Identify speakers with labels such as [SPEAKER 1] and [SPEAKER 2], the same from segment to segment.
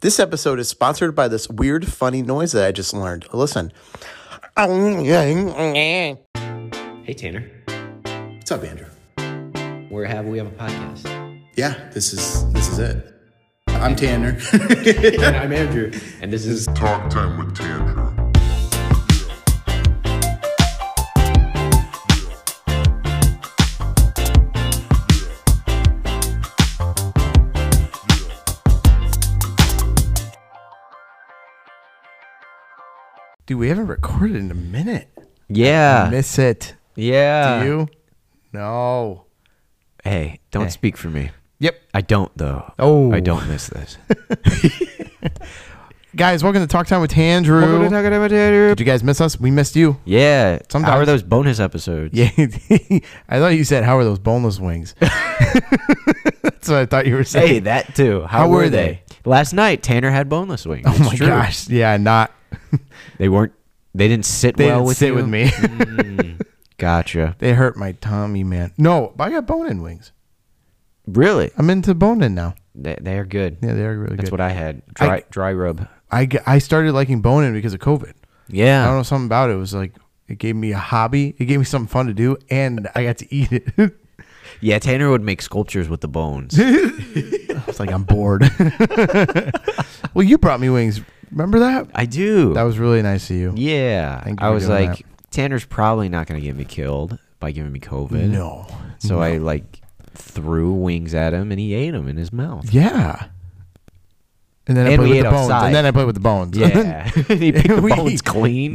[SPEAKER 1] This episode is sponsored by this weird, funny noise that I just learned. Listen. What's
[SPEAKER 2] Hey Tanner,
[SPEAKER 1] up, Andrew?
[SPEAKER 2] where have we have a podcast?
[SPEAKER 1] Yeah, this is this is it. I'm Tanner.
[SPEAKER 2] And I'm Andrew, and this is
[SPEAKER 3] Talk Time with Tanner.
[SPEAKER 1] Dude, we haven't recorded in a minute.
[SPEAKER 2] yeah,
[SPEAKER 1] Miss it.
[SPEAKER 2] yeah.
[SPEAKER 1] you? No.
[SPEAKER 2] Hey, don't speak for me.
[SPEAKER 1] Yep.
[SPEAKER 2] I don't though.
[SPEAKER 1] Oh.
[SPEAKER 2] I don't miss this.
[SPEAKER 1] Guys, welcome to Talk Time with Andrew. Did you guys miss us? We missed you.
[SPEAKER 2] yeah,
[SPEAKER 1] Sometimes-
[SPEAKER 2] how are those bonus episodes?
[SPEAKER 1] Yeah. I thought you said, How are those boneless wings? That's what I thought you were saying.
[SPEAKER 2] Hey, that too. How,
[SPEAKER 1] How
[SPEAKER 2] were,
[SPEAKER 1] were
[SPEAKER 2] they? Last night, Tanner had boneless wings.
[SPEAKER 1] oh my gosh. Yeah, not.
[SPEAKER 2] they weren't. They didn't sit
[SPEAKER 1] They
[SPEAKER 2] well
[SPEAKER 1] didn't
[SPEAKER 2] with
[SPEAKER 1] sit
[SPEAKER 2] you?
[SPEAKER 1] with me.
[SPEAKER 2] Mm, gotcha.
[SPEAKER 1] They hurt my tummy, man. No, but I got bone in wings.
[SPEAKER 2] Really?
[SPEAKER 1] I'm into bone in now.
[SPEAKER 2] They, they are good.
[SPEAKER 1] Yeah, they are really
[SPEAKER 2] That's
[SPEAKER 1] good.
[SPEAKER 2] what I had.
[SPEAKER 1] I-
[SPEAKER 2] Dry, dry rub.
[SPEAKER 1] I, g- I started liking bone in because of COVID. I don't
[SPEAKER 2] Yeah.
[SPEAKER 1] know something about it. It was like it gave me a hobby. It gave me something fun to do, and I got to eat it. I
[SPEAKER 2] Yeah, Tanner would make sculptures with the bones.
[SPEAKER 1] was like, I'm bored. well, you brought me wings. Remember that?
[SPEAKER 2] I do.
[SPEAKER 1] That was really nice of you.
[SPEAKER 2] Yeah.
[SPEAKER 1] Thank you
[SPEAKER 2] I
[SPEAKER 1] for
[SPEAKER 2] was
[SPEAKER 1] doing
[SPEAKER 2] like, Tanner's probably not going to get me killed by giving me COVID.
[SPEAKER 1] No.
[SPEAKER 2] So I like threw wings at him and he ate them in his mouth.
[SPEAKER 1] Yeah. And then I
[SPEAKER 2] And
[SPEAKER 1] played
[SPEAKER 2] we
[SPEAKER 1] with the
[SPEAKER 2] ate
[SPEAKER 1] bones.
[SPEAKER 2] outside.
[SPEAKER 1] And then I played with the bones.
[SPEAKER 2] Yeah. he picked the
[SPEAKER 1] We-
[SPEAKER 2] bones clean.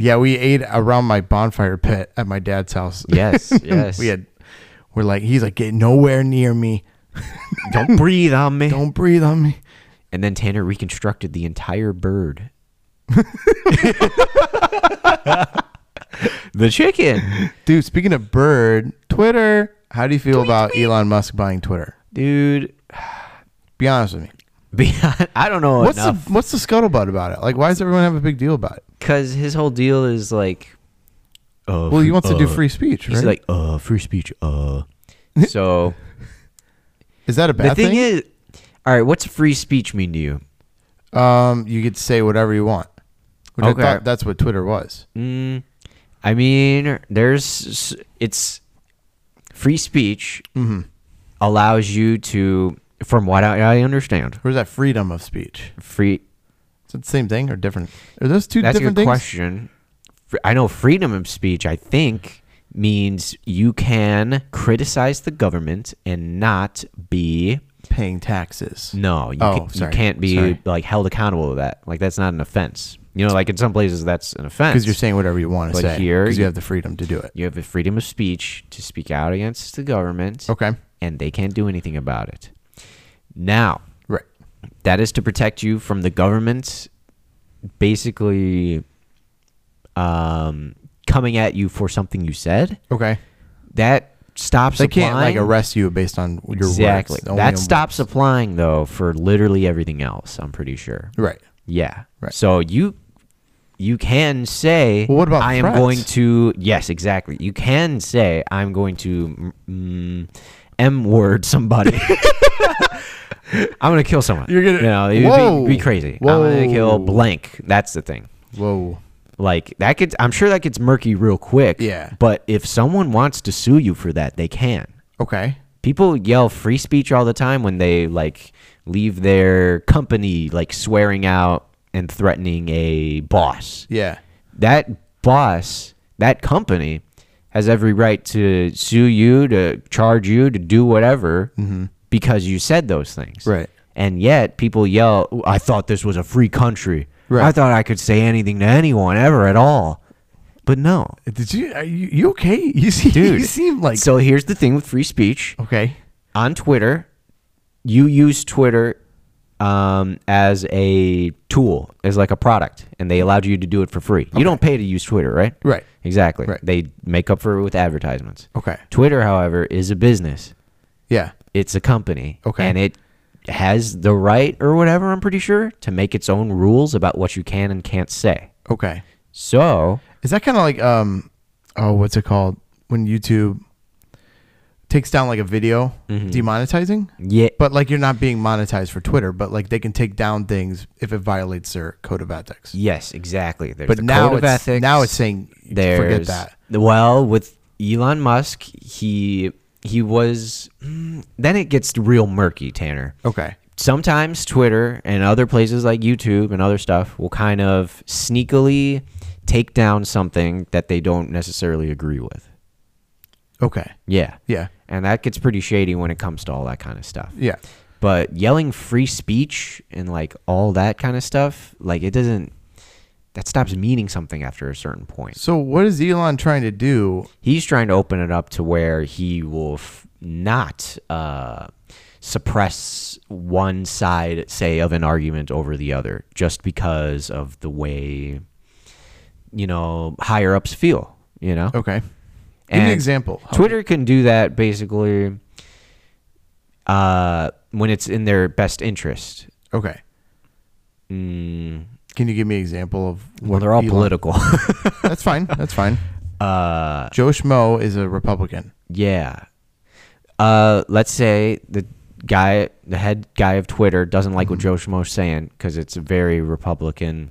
[SPEAKER 1] Yeah, we ate around my bonfire pit at my dad's house.
[SPEAKER 2] Yes. Yes.
[SPEAKER 1] we had we're like he's like get nowhere near me.
[SPEAKER 2] Don't breathe on me.
[SPEAKER 1] Don't breathe on me.
[SPEAKER 2] And then Tanner reconstructed the entire bird. the chicken.
[SPEAKER 1] Dude, speaking of bird, Twitter, how do you feel about Elon Musk buying Twitter?
[SPEAKER 2] Dude.
[SPEAKER 1] Be honest with me.
[SPEAKER 2] Beyond, I don't know
[SPEAKER 1] What's
[SPEAKER 2] Oh, enough
[SPEAKER 1] the what's the scuttlebutt about it? Like why does everyone have a big deal about it?
[SPEAKER 2] because his whole deal is like. Uh,
[SPEAKER 1] Well, he wants to do
[SPEAKER 2] uh,
[SPEAKER 1] free speech, right?
[SPEAKER 2] He's like, uh, free speech, uh. So
[SPEAKER 1] is that a bad
[SPEAKER 2] the thing, is, all right, what's free speech mean to you?
[SPEAKER 1] um you could say whatever you want. Which
[SPEAKER 2] Okay.
[SPEAKER 1] I thought that's what Twitter was.
[SPEAKER 2] Mm, I mean, there's s- it's free speech allows you to, from what I, I understand,
[SPEAKER 1] Or is that freedom of speech?
[SPEAKER 2] free.
[SPEAKER 1] Is it the same thing or different? Are those two
[SPEAKER 2] That's a
[SPEAKER 1] different
[SPEAKER 2] good
[SPEAKER 1] things?
[SPEAKER 2] question. Fr- I know freedom of speech. I think means you can criticize the government and not be
[SPEAKER 1] Paying taxes.
[SPEAKER 2] No, you,
[SPEAKER 1] Oh,
[SPEAKER 2] ca- you
[SPEAKER 1] sorry.
[SPEAKER 2] can't be
[SPEAKER 1] Sorry.
[SPEAKER 2] like held accountable to that. Like that's not an offense. You know, like in some places that's an offense.
[SPEAKER 1] Because you're saying whatever you want to
[SPEAKER 2] But
[SPEAKER 1] say.
[SPEAKER 2] here
[SPEAKER 1] Because you
[SPEAKER 2] you-
[SPEAKER 1] have the freedom to do it.
[SPEAKER 2] you have the freedom of speech to speak out against the government,
[SPEAKER 1] Okay.
[SPEAKER 2] and they can't do anything about it. Now,
[SPEAKER 1] Right.
[SPEAKER 2] that is to protect you from the government basically um, coming at you for something you said.
[SPEAKER 1] Okay.
[SPEAKER 2] That stops
[SPEAKER 1] They can't
[SPEAKER 2] applying.
[SPEAKER 1] like arrest you based on your words,
[SPEAKER 2] exactly.
[SPEAKER 1] only on
[SPEAKER 2] That
[SPEAKER 1] words.
[SPEAKER 2] stops applying though for literally everything else. I'm pretty sure.
[SPEAKER 1] Right.
[SPEAKER 2] Yeah.
[SPEAKER 1] Right.
[SPEAKER 2] So you you can say
[SPEAKER 1] Well, what about
[SPEAKER 2] I am
[SPEAKER 1] threats?
[SPEAKER 2] going to yes, exactly. You can say I'm going to mm, M word somebody. I'm going to kill someone.
[SPEAKER 1] You're gonna-
[SPEAKER 2] you know, it would be,
[SPEAKER 1] Whoa.
[SPEAKER 2] be crazy. I'm going to
[SPEAKER 1] Whoa.
[SPEAKER 2] kill blank. That's the thing.
[SPEAKER 1] Whoa.
[SPEAKER 2] Like that gets I'm sure that gets murky real quick.
[SPEAKER 1] Yeah.
[SPEAKER 2] But if someone wants to sue you for that, they can.
[SPEAKER 1] Okay.
[SPEAKER 2] People yell free speech all the time when they like leave their company like swearing out and threatening a boss.
[SPEAKER 1] Yeah.
[SPEAKER 2] That boss, that company has every right to sue you, to charge you, to do whatever because you said those things.
[SPEAKER 1] Right.
[SPEAKER 2] And yet people yell, "Ooh, I thought this was a free country.
[SPEAKER 1] Right.
[SPEAKER 2] I thought I could say anything to anyone ever at all. But no.
[SPEAKER 1] Uh, Did you? Are you, you okay? You see,
[SPEAKER 2] Dude.
[SPEAKER 1] you seem like
[SPEAKER 2] so here's the thing with free speech.
[SPEAKER 1] okay.
[SPEAKER 2] on Twitter, you use Twitter um, as a tool, as like a product, and they allowed you to do it for free. You don't pay to use Twitter, right?
[SPEAKER 1] Right.
[SPEAKER 2] Exactly.
[SPEAKER 1] Right.
[SPEAKER 2] They make up for it with advertisements.
[SPEAKER 1] Okay.
[SPEAKER 2] Twitter, however, is a business.
[SPEAKER 1] Yeah.
[SPEAKER 2] It's a company.
[SPEAKER 1] Okay.
[SPEAKER 2] And it has the right or whatever, I'm pretty sure, to make its own rules about what you can and can't say.
[SPEAKER 1] Okay.
[SPEAKER 2] So
[SPEAKER 1] Is that kind of like um? Oh, what's it called when YouTube takes down like a video
[SPEAKER 2] Mm-hmm.
[SPEAKER 1] demonetizing,
[SPEAKER 2] Yeah.
[SPEAKER 1] but like you're not being monetized for Twitter, but like they can take down things if it violates their code of ethics.
[SPEAKER 2] Yes, exactly. There's
[SPEAKER 1] But
[SPEAKER 2] the
[SPEAKER 1] now
[SPEAKER 2] code of
[SPEAKER 1] it's-
[SPEAKER 2] ethics.
[SPEAKER 1] now it's saying,
[SPEAKER 2] there's,
[SPEAKER 1] forget that.
[SPEAKER 2] Well, with Elon Musk, he he was. mm, Then it gets real murky, Tanner.
[SPEAKER 1] Okay.
[SPEAKER 2] Sometimes Twitter and other places like YouTube and other stuff will kind of sneakily take down something that they don't necessarily agree with.
[SPEAKER 1] Okay.
[SPEAKER 2] Yeah.
[SPEAKER 1] Yeah.
[SPEAKER 2] And that gets pretty shady when it comes to all that kind of stuff.
[SPEAKER 1] Yeah.
[SPEAKER 2] But yelling free speech and like all that kind of stuff, like it doesn't that stops meaning something after a certain point.
[SPEAKER 1] So what is Elon trying to do?
[SPEAKER 2] He's trying to open it up to where he will f- not uh, suppress one side, say, of an argument over the other, just because of the way you know higher ups feel. You know,
[SPEAKER 1] Okay. Give me an
[SPEAKER 2] And
[SPEAKER 1] example. How-
[SPEAKER 2] Twitter can do that basically uh, when it's in their best interest.
[SPEAKER 1] Okay.
[SPEAKER 2] Mm,
[SPEAKER 1] Can you give me an example of what
[SPEAKER 2] well, they're all
[SPEAKER 1] Elon-
[SPEAKER 2] political.
[SPEAKER 1] That's fine. That's fine.
[SPEAKER 2] uh,
[SPEAKER 1] Joe Schmo is a Republican.
[SPEAKER 2] yeah. Uh, let's say the guy, the head guy of Twitter, doesn't like what Joe Schmo's saying because it's very Republican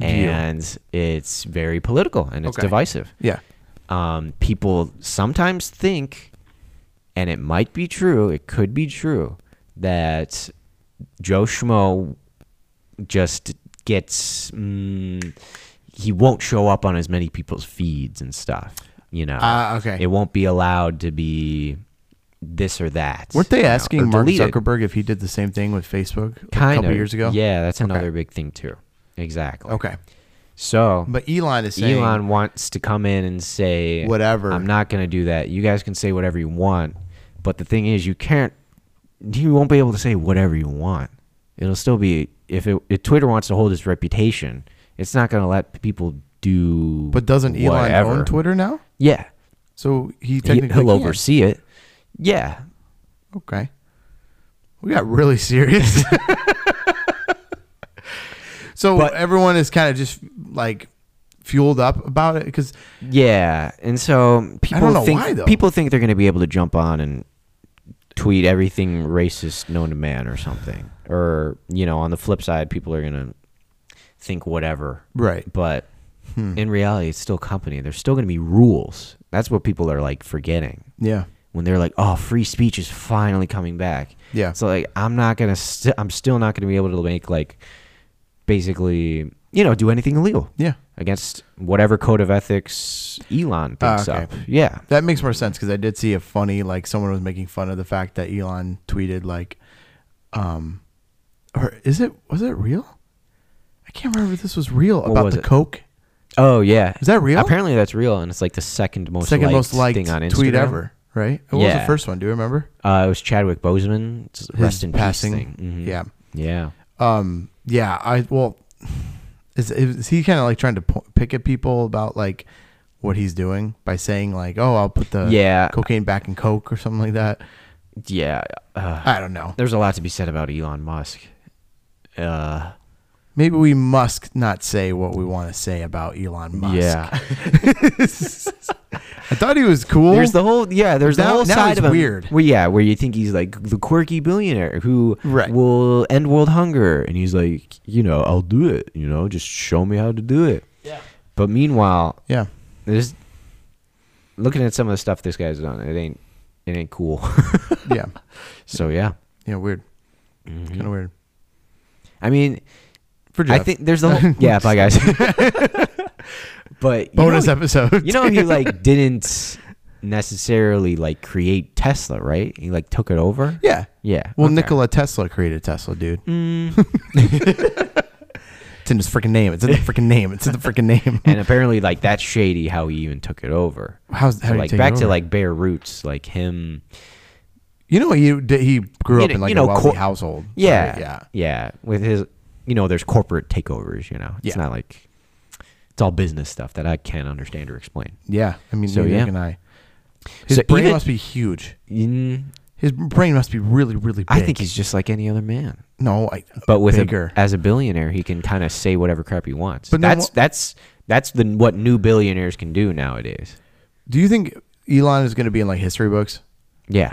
[SPEAKER 2] and it's very political and it's
[SPEAKER 1] Okay.
[SPEAKER 2] divisive.
[SPEAKER 1] Yeah.
[SPEAKER 2] um, people sometimes think, and it might be true, it could be true, that Joe Schmo just gets, mm, he won't show up on as many people's feeds and stuff. You know,
[SPEAKER 1] Ah, okay.
[SPEAKER 2] it won't be allowed to be this or that.
[SPEAKER 1] Weren't they
[SPEAKER 2] you know, or
[SPEAKER 1] asking Mark
[SPEAKER 2] deleted.
[SPEAKER 1] Zuckerberg if he did the same thing with Facebook a
[SPEAKER 2] Kind
[SPEAKER 1] couple
[SPEAKER 2] of.
[SPEAKER 1] years ago?
[SPEAKER 2] Yeah, that's another big thing too. Exactly.
[SPEAKER 1] Okay.
[SPEAKER 2] So,
[SPEAKER 1] But Elon is saying
[SPEAKER 2] Elon wants to come in and say
[SPEAKER 1] Whatever.
[SPEAKER 2] I'm not going to do that. You guys can say whatever you want, but the thing is, you can't. You won't be able to say whatever you want. It'll still be if it if Twitter wants to hold its reputation, it's not going to let people do.
[SPEAKER 1] But doesn't Elon
[SPEAKER 2] whatever.
[SPEAKER 1] own Twitter now?
[SPEAKER 2] Yeah,
[SPEAKER 1] So he
[SPEAKER 2] he,
[SPEAKER 1] technically
[SPEAKER 2] will
[SPEAKER 1] can.
[SPEAKER 2] oversee it. Yeah,
[SPEAKER 1] Okay. We got really serious. so
[SPEAKER 2] But-
[SPEAKER 1] everyone is kind of just like fueled up about it because
[SPEAKER 2] yeah, and so people
[SPEAKER 1] know
[SPEAKER 2] think
[SPEAKER 1] why, though.
[SPEAKER 2] people think they're going to be able to jump on and tweet everything racist known to man or something, or you know, on the flip side, people are going to think whatever.
[SPEAKER 1] right.
[SPEAKER 2] but in reality it's still a company there's still going to be rules that's what people are like forgetting
[SPEAKER 1] Yeah.
[SPEAKER 2] when they're like oh free speech is finally coming back
[SPEAKER 1] Yeah.
[SPEAKER 2] so like i'm not going to st- i'm still not going to be able to make like basically you know do anything illegal
[SPEAKER 1] Yeah.
[SPEAKER 2] against whatever code of ethics elon
[SPEAKER 1] Ah,
[SPEAKER 2] thinks
[SPEAKER 1] okay.
[SPEAKER 2] up yeah
[SPEAKER 1] That makes more sense because I did see a funny like someone was making fun of the fact that Elon tweeted like, um, or is it was it real? I can't remember if this was real about
[SPEAKER 2] was
[SPEAKER 1] the
[SPEAKER 2] it?
[SPEAKER 1] Coke.
[SPEAKER 2] oh yeah
[SPEAKER 1] Is that real?
[SPEAKER 2] apparently that's real and it's like the second most
[SPEAKER 1] Second
[SPEAKER 2] liked
[SPEAKER 1] most liked
[SPEAKER 2] thing on Instagram.
[SPEAKER 1] tweet ever, right? What was
[SPEAKER 2] Yeah.
[SPEAKER 1] the first one? Do you remember?
[SPEAKER 2] uh, it was chadwick boseman it's
[SPEAKER 1] His
[SPEAKER 2] rest in
[SPEAKER 1] passing.
[SPEAKER 2] peace thing. Mhm.
[SPEAKER 1] Yeah.
[SPEAKER 2] yeah
[SPEAKER 1] Um. Yeah. I well, is is he kind of like trying to po- pick at people about like what he's doing by saying like, oh, I'll put the
[SPEAKER 2] Yeah.
[SPEAKER 1] cocaine back in Coke or something like that.
[SPEAKER 2] yeah uh,
[SPEAKER 1] I don't know.
[SPEAKER 2] there's a lot to be said about Elon Musk. Uh,
[SPEAKER 1] Maybe we must not say what we want to say about Elon Musk.
[SPEAKER 2] yeah.
[SPEAKER 1] I thought he was cool.
[SPEAKER 2] There's the whole yeah. There's the
[SPEAKER 1] Now-
[SPEAKER 2] whole
[SPEAKER 1] now
[SPEAKER 2] side
[SPEAKER 1] he's
[SPEAKER 2] of him.
[SPEAKER 1] weird.
[SPEAKER 2] Where yeah, where you think he's like the quirky billionaire who
[SPEAKER 1] Right.
[SPEAKER 2] will end world hunger, and he's like, you know, I'll do it. You know, just show me how to do it. Yeah. But meanwhile,
[SPEAKER 1] yeah.
[SPEAKER 2] this looking at some of the stuff this guy's done, it ain't it ain't cool.
[SPEAKER 1] Yeah.
[SPEAKER 2] so yeah,
[SPEAKER 1] Yeah. Weird. Kind of weird.
[SPEAKER 2] I mean,
[SPEAKER 1] For
[SPEAKER 2] I
[SPEAKER 1] Jeff.
[SPEAKER 2] think there's the whole yeah. Bye guys. but you
[SPEAKER 1] bonus
[SPEAKER 2] know,
[SPEAKER 1] episode.
[SPEAKER 2] you know he like didn't necessarily like create tesla right he like took it over
[SPEAKER 1] yeah.
[SPEAKER 2] yeah
[SPEAKER 1] Well,
[SPEAKER 2] okay.
[SPEAKER 1] Nikola Tesla created Tesla, dude. Mm-hmm. it's in his freaking name. It's in the freaking name. It's in the freaking name.
[SPEAKER 2] and apparently like that's shady how he even took it over
[SPEAKER 1] How's how
[SPEAKER 2] So,
[SPEAKER 1] do you
[SPEAKER 2] like
[SPEAKER 1] take it
[SPEAKER 2] back to
[SPEAKER 1] over?
[SPEAKER 2] like bare roots like him
[SPEAKER 1] you know he did- he grew
[SPEAKER 2] You
[SPEAKER 1] up
[SPEAKER 2] know-
[SPEAKER 1] in like
[SPEAKER 2] you know,
[SPEAKER 1] a wealthy
[SPEAKER 2] cor-
[SPEAKER 1] household. right?
[SPEAKER 2] yeah
[SPEAKER 1] Yeah.
[SPEAKER 2] yeah with his you know there's corporate takeovers you know it's
[SPEAKER 1] Yeah.
[SPEAKER 2] not like it's all business stuff that i can't understand or explain
[SPEAKER 1] Yeah. I mean,
[SPEAKER 2] So,
[SPEAKER 1] neither
[SPEAKER 2] yeah.
[SPEAKER 1] can I. His
[SPEAKER 2] So
[SPEAKER 1] brain
[SPEAKER 2] even-
[SPEAKER 1] must be huge.
[SPEAKER 2] Mm,
[SPEAKER 1] His brain must be really, really big.
[SPEAKER 2] i think he's just like any other man
[SPEAKER 1] no, I,
[SPEAKER 2] but with a,
[SPEAKER 1] bigger.
[SPEAKER 2] as a billionaire, he can kind of say whatever crap he wants.
[SPEAKER 1] But
[SPEAKER 2] But
[SPEAKER 1] now
[SPEAKER 2] that's
[SPEAKER 1] wha-
[SPEAKER 2] that's that's the what new billionaires can do nowadays.
[SPEAKER 1] Do you think Elon is going to be in like history books?
[SPEAKER 2] Yeah.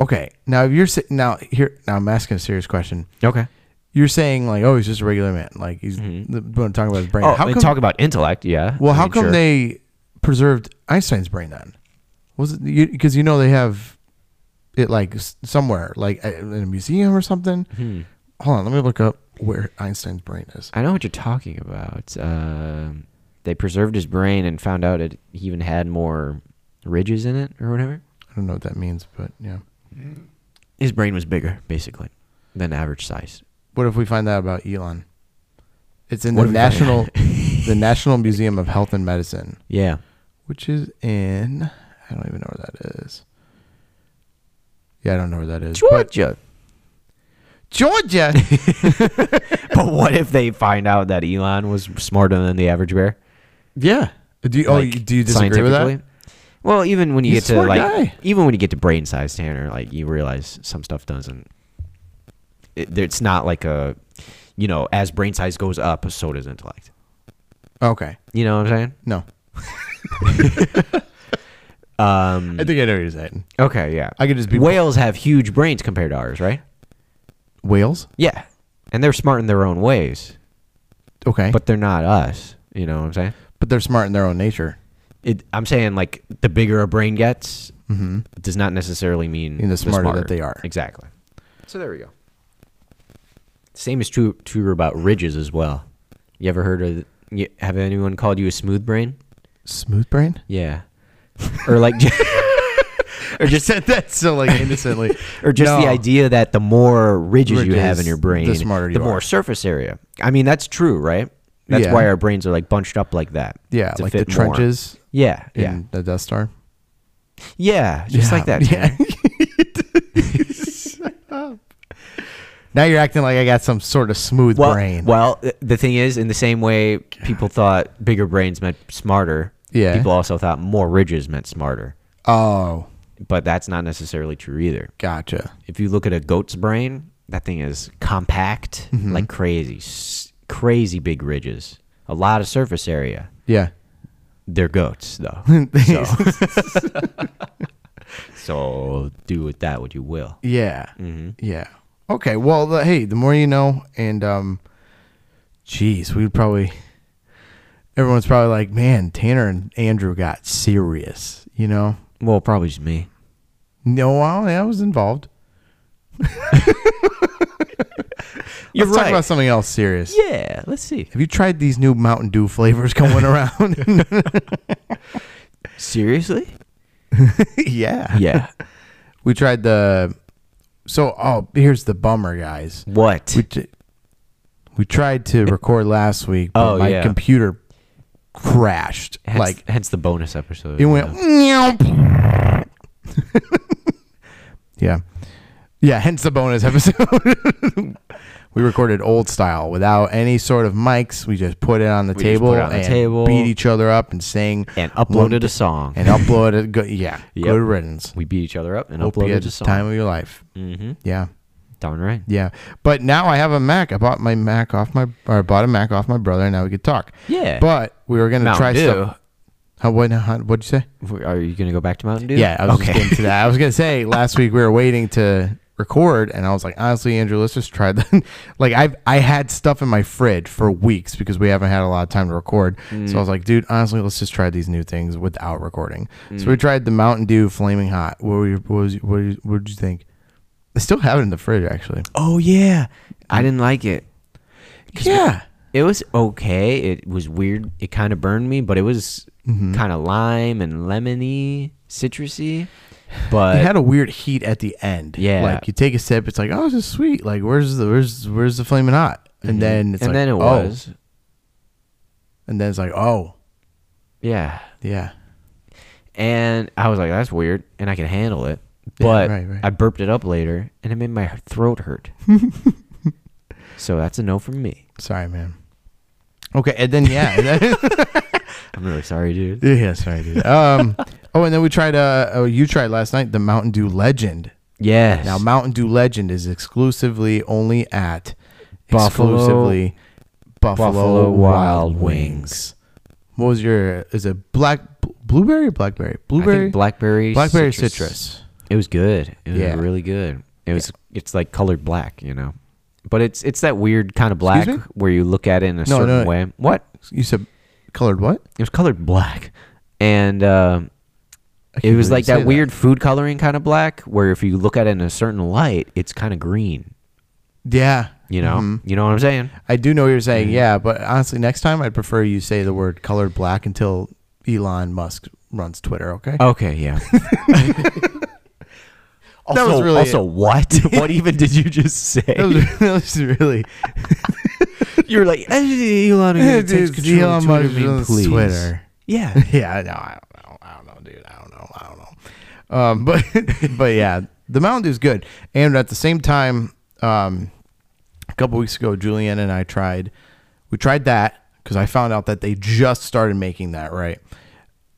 [SPEAKER 1] Okay. Now if you're sa- now here now I'm asking a serious question.
[SPEAKER 2] Okay.
[SPEAKER 1] You're saying like, oh, he's just a regular man. Like he's the when I'm talking about his brain.
[SPEAKER 2] Mm-hmm. Oh,
[SPEAKER 1] how
[SPEAKER 2] they
[SPEAKER 1] come?
[SPEAKER 2] talk about intellect. Yeah.
[SPEAKER 1] well,
[SPEAKER 2] I
[SPEAKER 1] how
[SPEAKER 2] mean,
[SPEAKER 1] come
[SPEAKER 2] sure.
[SPEAKER 1] they preserved Einstein's brain then? Was it because you, know they have it like s- somewhere like a- in a museum or something?
[SPEAKER 2] Hmm.
[SPEAKER 1] Hold on, let me look up where Einstein's brain is.
[SPEAKER 2] I know what you're talking about. Um they preserved his brain and found out it he even had more ridges in it or whatever.
[SPEAKER 1] I don't know what that means, but yeah.
[SPEAKER 2] His brain was bigger, basically, than average size.
[SPEAKER 1] What if we find out about Elon? It's in
[SPEAKER 2] What
[SPEAKER 1] the
[SPEAKER 2] if we find
[SPEAKER 1] national, the National Museum of Health and Medicine,
[SPEAKER 2] Yeah.
[SPEAKER 1] which is in I don't even know where that is. Yeah, I don't know where that is. but-
[SPEAKER 2] Georgia.
[SPEAKER 1] Georgia.
[SPEAKER 2] but what if they find out that Elon was smarter than the average bear?
[SPEAKER 1] yeah. Do you, oh,
[SPEAKER 2] Like,
[SPEAKER 1] do you disagree with that?
[SPEAKER 2] scientifically? Well, even when you
[SPEAKER 1] He's a
[SPEAKER 2] get to
[SPEAKER 1] smart
[SPEAKER 2] like,
[SPEAKER 1] guy.
[SPEAKER 2] even when you get to brain size, Tanner, like you realize some stuff doesn't. It, it's not like a, you know, as brain size goes up, so does intellect.
[SPEAKER 1] Okay.
[SPEAKER 2] You know what I'm saying?
[SPEAKER 1] No,
[SPEAKER 2] Um,
[SPEAKER 1] I think I know what you're saying.
[SPEAKER 2] okay, yeah.
[SPEAKER 1] I could just be-
[SPEAKER 2] whales have huge brains compared to ours, right?
[SPEAKER 1] Whales.
[SPEAKER 2] Yeah, and they're smart in their own ways,
[SPEAKER 1] Okay. But
[SPEAKER 2] but they're not us. You know what I'm saying?
[SPEAKER 1] but they're smart in their own nature.
[SPEAKER 2] It, I'm saying like the bigger a brain gets, does not necessarily mean
[SPEAKER 1] Mean Mm-hmm. the smarter that they are.
[SPEAKER 2] Exactly. So there we go. Same is true true about ridges as well. You ever heard of? y- Have anyone called you a smooth brain?
[SPEAKER 1] Smooth brain.
[SPEAKER 2] Yeah. or like, or just
[SPEAKER 1] said that so like innocently.
[SPEAKER 2] or just the
[SPEAKER 1] No.
[SPEAKER 2] idea that the more ridges you have in
[SPEAKER 1] Ridges,
[SPEAKER 2] your brain,
[SPEAKER 1] the smarter you
[SPEAKER 2] the more
[SPEAKER 1] are.
[SPEAKER 2] surface area. I mean, that's true, right? That's
[SPEAKER 1] Yeah.
[SPEAKER 2] why our brains are like bunched up like that.
[SPEAKER 1] Yeah,
[SPEAKER 2] to
[SPEAKER 1] like the
[SPEAKER 2] fit more.
[SPEAKER 1] trenches
[SPEAKER 2] Yeah,
[SPEAKER 1] in
[SPEAKER 2] yeah,
[SPEAKER 1] the Death Star.
[SPEAKER 2] yeah, just like that.
[SPEAKER 1] Yeah. now you're acting like I got some sort of smooth
[SPEAKER 2] Well,
[SPEAKER 1] brain.
[SPEAKER 2] well, th- the thing is, in the same way people thought bigger brains meant smarter,
[SPEAKER 1] Yeah.
[SPEAKER 2] people also thought more ridges meant smarter.
[SPEAKER 1] oh,
[SPEAKER 2] But that's not necessarily true either.
[SPEAKER 1] gotcha.
[SPEAKER 2] If you look at a goat's brain, that thing is compact
[SPEAKER 1] Mm-hmm.
[SPEAKER 2] like crazy, s- crazy big ridges, a lot of surface area.
[SPEAKER 1] Yeah.
[SPEAKER 2] They're goats, though. so. so do with that what you will.
[SPEAKER 1] Yeah.
[SPEAKER 2] Mm-hmm.
[SPEAKER 1] Yeah. Okay. Well, the, hey, the more you know, and um, jeez, we would probably. Everyone's probably like, man, Tanner and Andrew got serious. You know.
[SPEAKER 2] Well, probably just me.
[SPEAKER 1] No, well, yeah, I was involved.
[SPEAKER 2] You're
[SPEAKER 1] Let's
[SPEAKER 2] right.
[SPEAKER 1] talk about something else serious.
[SPEAKER 2] Yeah, let's see.
[SPEAKER 1] Have you tried these new Mountain Dew flavors going around?
[SPEAKER 2] Seriously?
[SPEAKER 1] yeah.
[SPEAKER 2] Yeah.
[SPEAKER 1] We tried the. So, oh, here's the bummer, guys.
[SPEAKER 2] what?
[SPEAKER 1] We, t- we tried to record last week, but
[SPEAKER 2] Oh,
[SPEAKER 1] my
[SPEAKER 2] yeah.
[SPEAKER 1] computer crashed.
[SPEAKER 2] Hence,
[SPEAKER 1] like,
[SPEAKER 2] hence the bonus episode.
[SPEAKER 1] it went.
[SPEAKER 2] yeah.
[SPEAKER 1] "Meow." yeah. Yeah, hence the bonus episode. we recorded old style without any sort of mics. We just put it on the
[SPEAKER 2] We just
[SPEAKER 1] table
[SPEAKER 2] put it on the
[SPEAKER 1] and
[SPEAKER 2] table.
[SPEAKER 1] beat each other up and sang
[SPEAKER 2] and
[SPEAKER 1] one-
[SPEAKER 2] uploaded a song.
[SPEAKER 1] and uploaded. Go, yeah,
[SPEAKER 2] Yep.
[SPEAKER 1] good riddance.
[SPEAKER 2] we beat each other up and
[SPEAKER 1] Hope you
[SPEAKER 2] uploaded
[SPEAKER 1] had
[SPEAKER 2] a
[SPEAKER 1] the
[SPEAKER 2] song.
[SPEAKER 1] time of your life.
[SPEAKER 2] Mm-hmm.
[SPEAKER 1] Yeah.
[SPEAKER 2] Darn right.
[SPEAKER 1] Yeah, but now I have a Mac. I bought my Mac off my or I bought a Mac off my brother. and Now we could talk.
[SPEAKER 2] Yeah.
[SPEAKER 1] But we were gonna
[SPEAKER 2] Mountain
[SPEAKER 1] try
[SPEAKER 2] Dew.
[SPEAKER 1] stuff. How what? How, what'd you say?
[SPEAKER 2] W- Are you gonna go back to Mountain Dew?
[SPEAKER 1] Yeah, I was just
[SPEAKER 2] okay.
[SPEAKER 1] getting to that. I was gonna say last week we were waiting to record, and I was like, honestly, Andrew, let's just try the. like I've I had stuff in my fridge for weeks because we haven't had a lot of time to record. So I
[SPEAKER 2] Mm.
[SPEAKER 1] was like, dude, honestly, let's just try these new things without recording. So
[SPEAKER 2] Mm.
[SPEAKER 1] we tried the Mountain Dew Flaming Hot. What were you, what was what did you- what did you think? I still have it in the fridge actually.
[SPEAKER 2] oh yeah. I didn't like it.
[SPEAKER 1] Mm. Yeah.
[SPEAKER 2] It was okay. It was weird. It kind of burned me, but it was kind of lime and lemony, citrusy. But
[SPEAKER 1] Mm-hmm. it had a weird heat at the end.
[SPEAKER 2] Yeah.
[SPEAKER 1] like you take a sip, it's like, oh, this is sweet. Like, where's the where's where's the flaming hot? And then it's
[SPEAKER 2] Mm-hmm.
[SPEAKER 1] like,
[SPEAKER 2] mm, and then it
[SPEAKER 1] oh.
[SPEAKER 2] was.
[SPEAKER 1] And then it's like, oh,
[SPEAKER 2] Yeah.
[SPEAKER 1] yeah,
[SPEAKER 2] And I was like, that's weird, and I can handle it.
[SPEAKER 1] Yeah,
[SPEAKER 2] But
[SPEAKER 1] right, right.
[SPEAKER 2] I burped it up later, and it made my throat hurt. so that's a no from me.
[SPEAKER 1] sorry, man. Okay, and then yeah, and then-
[SPEAKER 2] I'm really sorry, dude.
[SPEAKER 1] yeah, sorry, dude. Um, oh, and then we tried. Uh, oh, you tried last night the Mountain Dew Legend.
[SPEAKER 2] Yes.
[SPEAKER 1] Now, Mountain Dew Legend is exclusively only at
[SPEAKER 2] Buffalo-
[SPEAKER 1] exclusively Buffalo,
[SPEAKER 2] Buffalo
[SPEAKER 1] Wild
[SPEAKER 2] Wild
[SPEAKER 1] Wings. What was your? Is it black? bl- blueberry, or blackberry,
[SPEAKER 2] I
[SPEAKER 1] blueberry,
[SPEAKER 2] think blackberry,
[SPEAKER 1] blackberry citrus.
[SPEAKER 2] It was good. It was
[SPEAKER 1] Yeah.
[SPEAKER 2] really good. It was. It's like colored black, you know. But it's it's that weird kind of black
[SPEAKER 1] me?
[SPEAKER 2] where you look at it in a
[SPEAKER 1] No,
[SPEAKER 2] certain
[SPEAKER 1] no, no.
[SPEAKER 2] way. What?
[SPEAKER 1] You said colored what?
[SPEAKER 2] It was colored black, and
[SPEAKER 1] I
[SPEAKER 2] uh, it
[SPEAKER 1] can't
[SPEAKER 2] was
[SPEAKER 1] believe
[SPEAKER 2] like
[SPEAKER 1] you say
[SPEAKER 2] that weird food coloring kind of black where if you look at it in a certain light, it's kind of green.
[SPEAKER 1] Yeah,
[SPEAKER 2] You know.
[SPEAKER 1] Mhm.
[SPEAKER 2] You know what I'm saying?
[SPEAKER 1] I do know what you're saying.
[SPEAKER 2] Mm-hmm.
[SPEAKER 1] Yeah, but honestly, next time I'd prefer you say the word colored black until Elon Musk runs Twitter. Okay.
[SPEAKER 2] Okay. Yeah. Also,
[SPEAKER 1] was really
[SPEAKER 2] also
[SPEAKER 1] it.
[SPEAKER 2] what? what even did you just say?
[SPEAKER 1] That was, that was really
[SPEAKER 2] you were like, "Eh, Elon,
[SPEAKER 1] Yeah,
[SPEAKER 2] Musk takes
[SPEAKER 1] dude,
[SPEAKER 2] control
[SPEAKER 1] Elon
[SPEAKER 2] of Twitter,
[SPEAKER 1] Musk
[SPEAKER 2] man,
[SPEAKER 1] runs
[SPEAKER 2] please."
[SPEAKER 1] Twitter.
[SPEAKER 2] Yeah.
[SPEAKER 1] yeah. No, I don't know. I don't know, dude. I don't know. I don't know. Um, but but yeah, the Mountain Dew's good. And at the same time, um, a couple weeks ago, Julianne and I tried. We tried that because I found out that they just started making that right.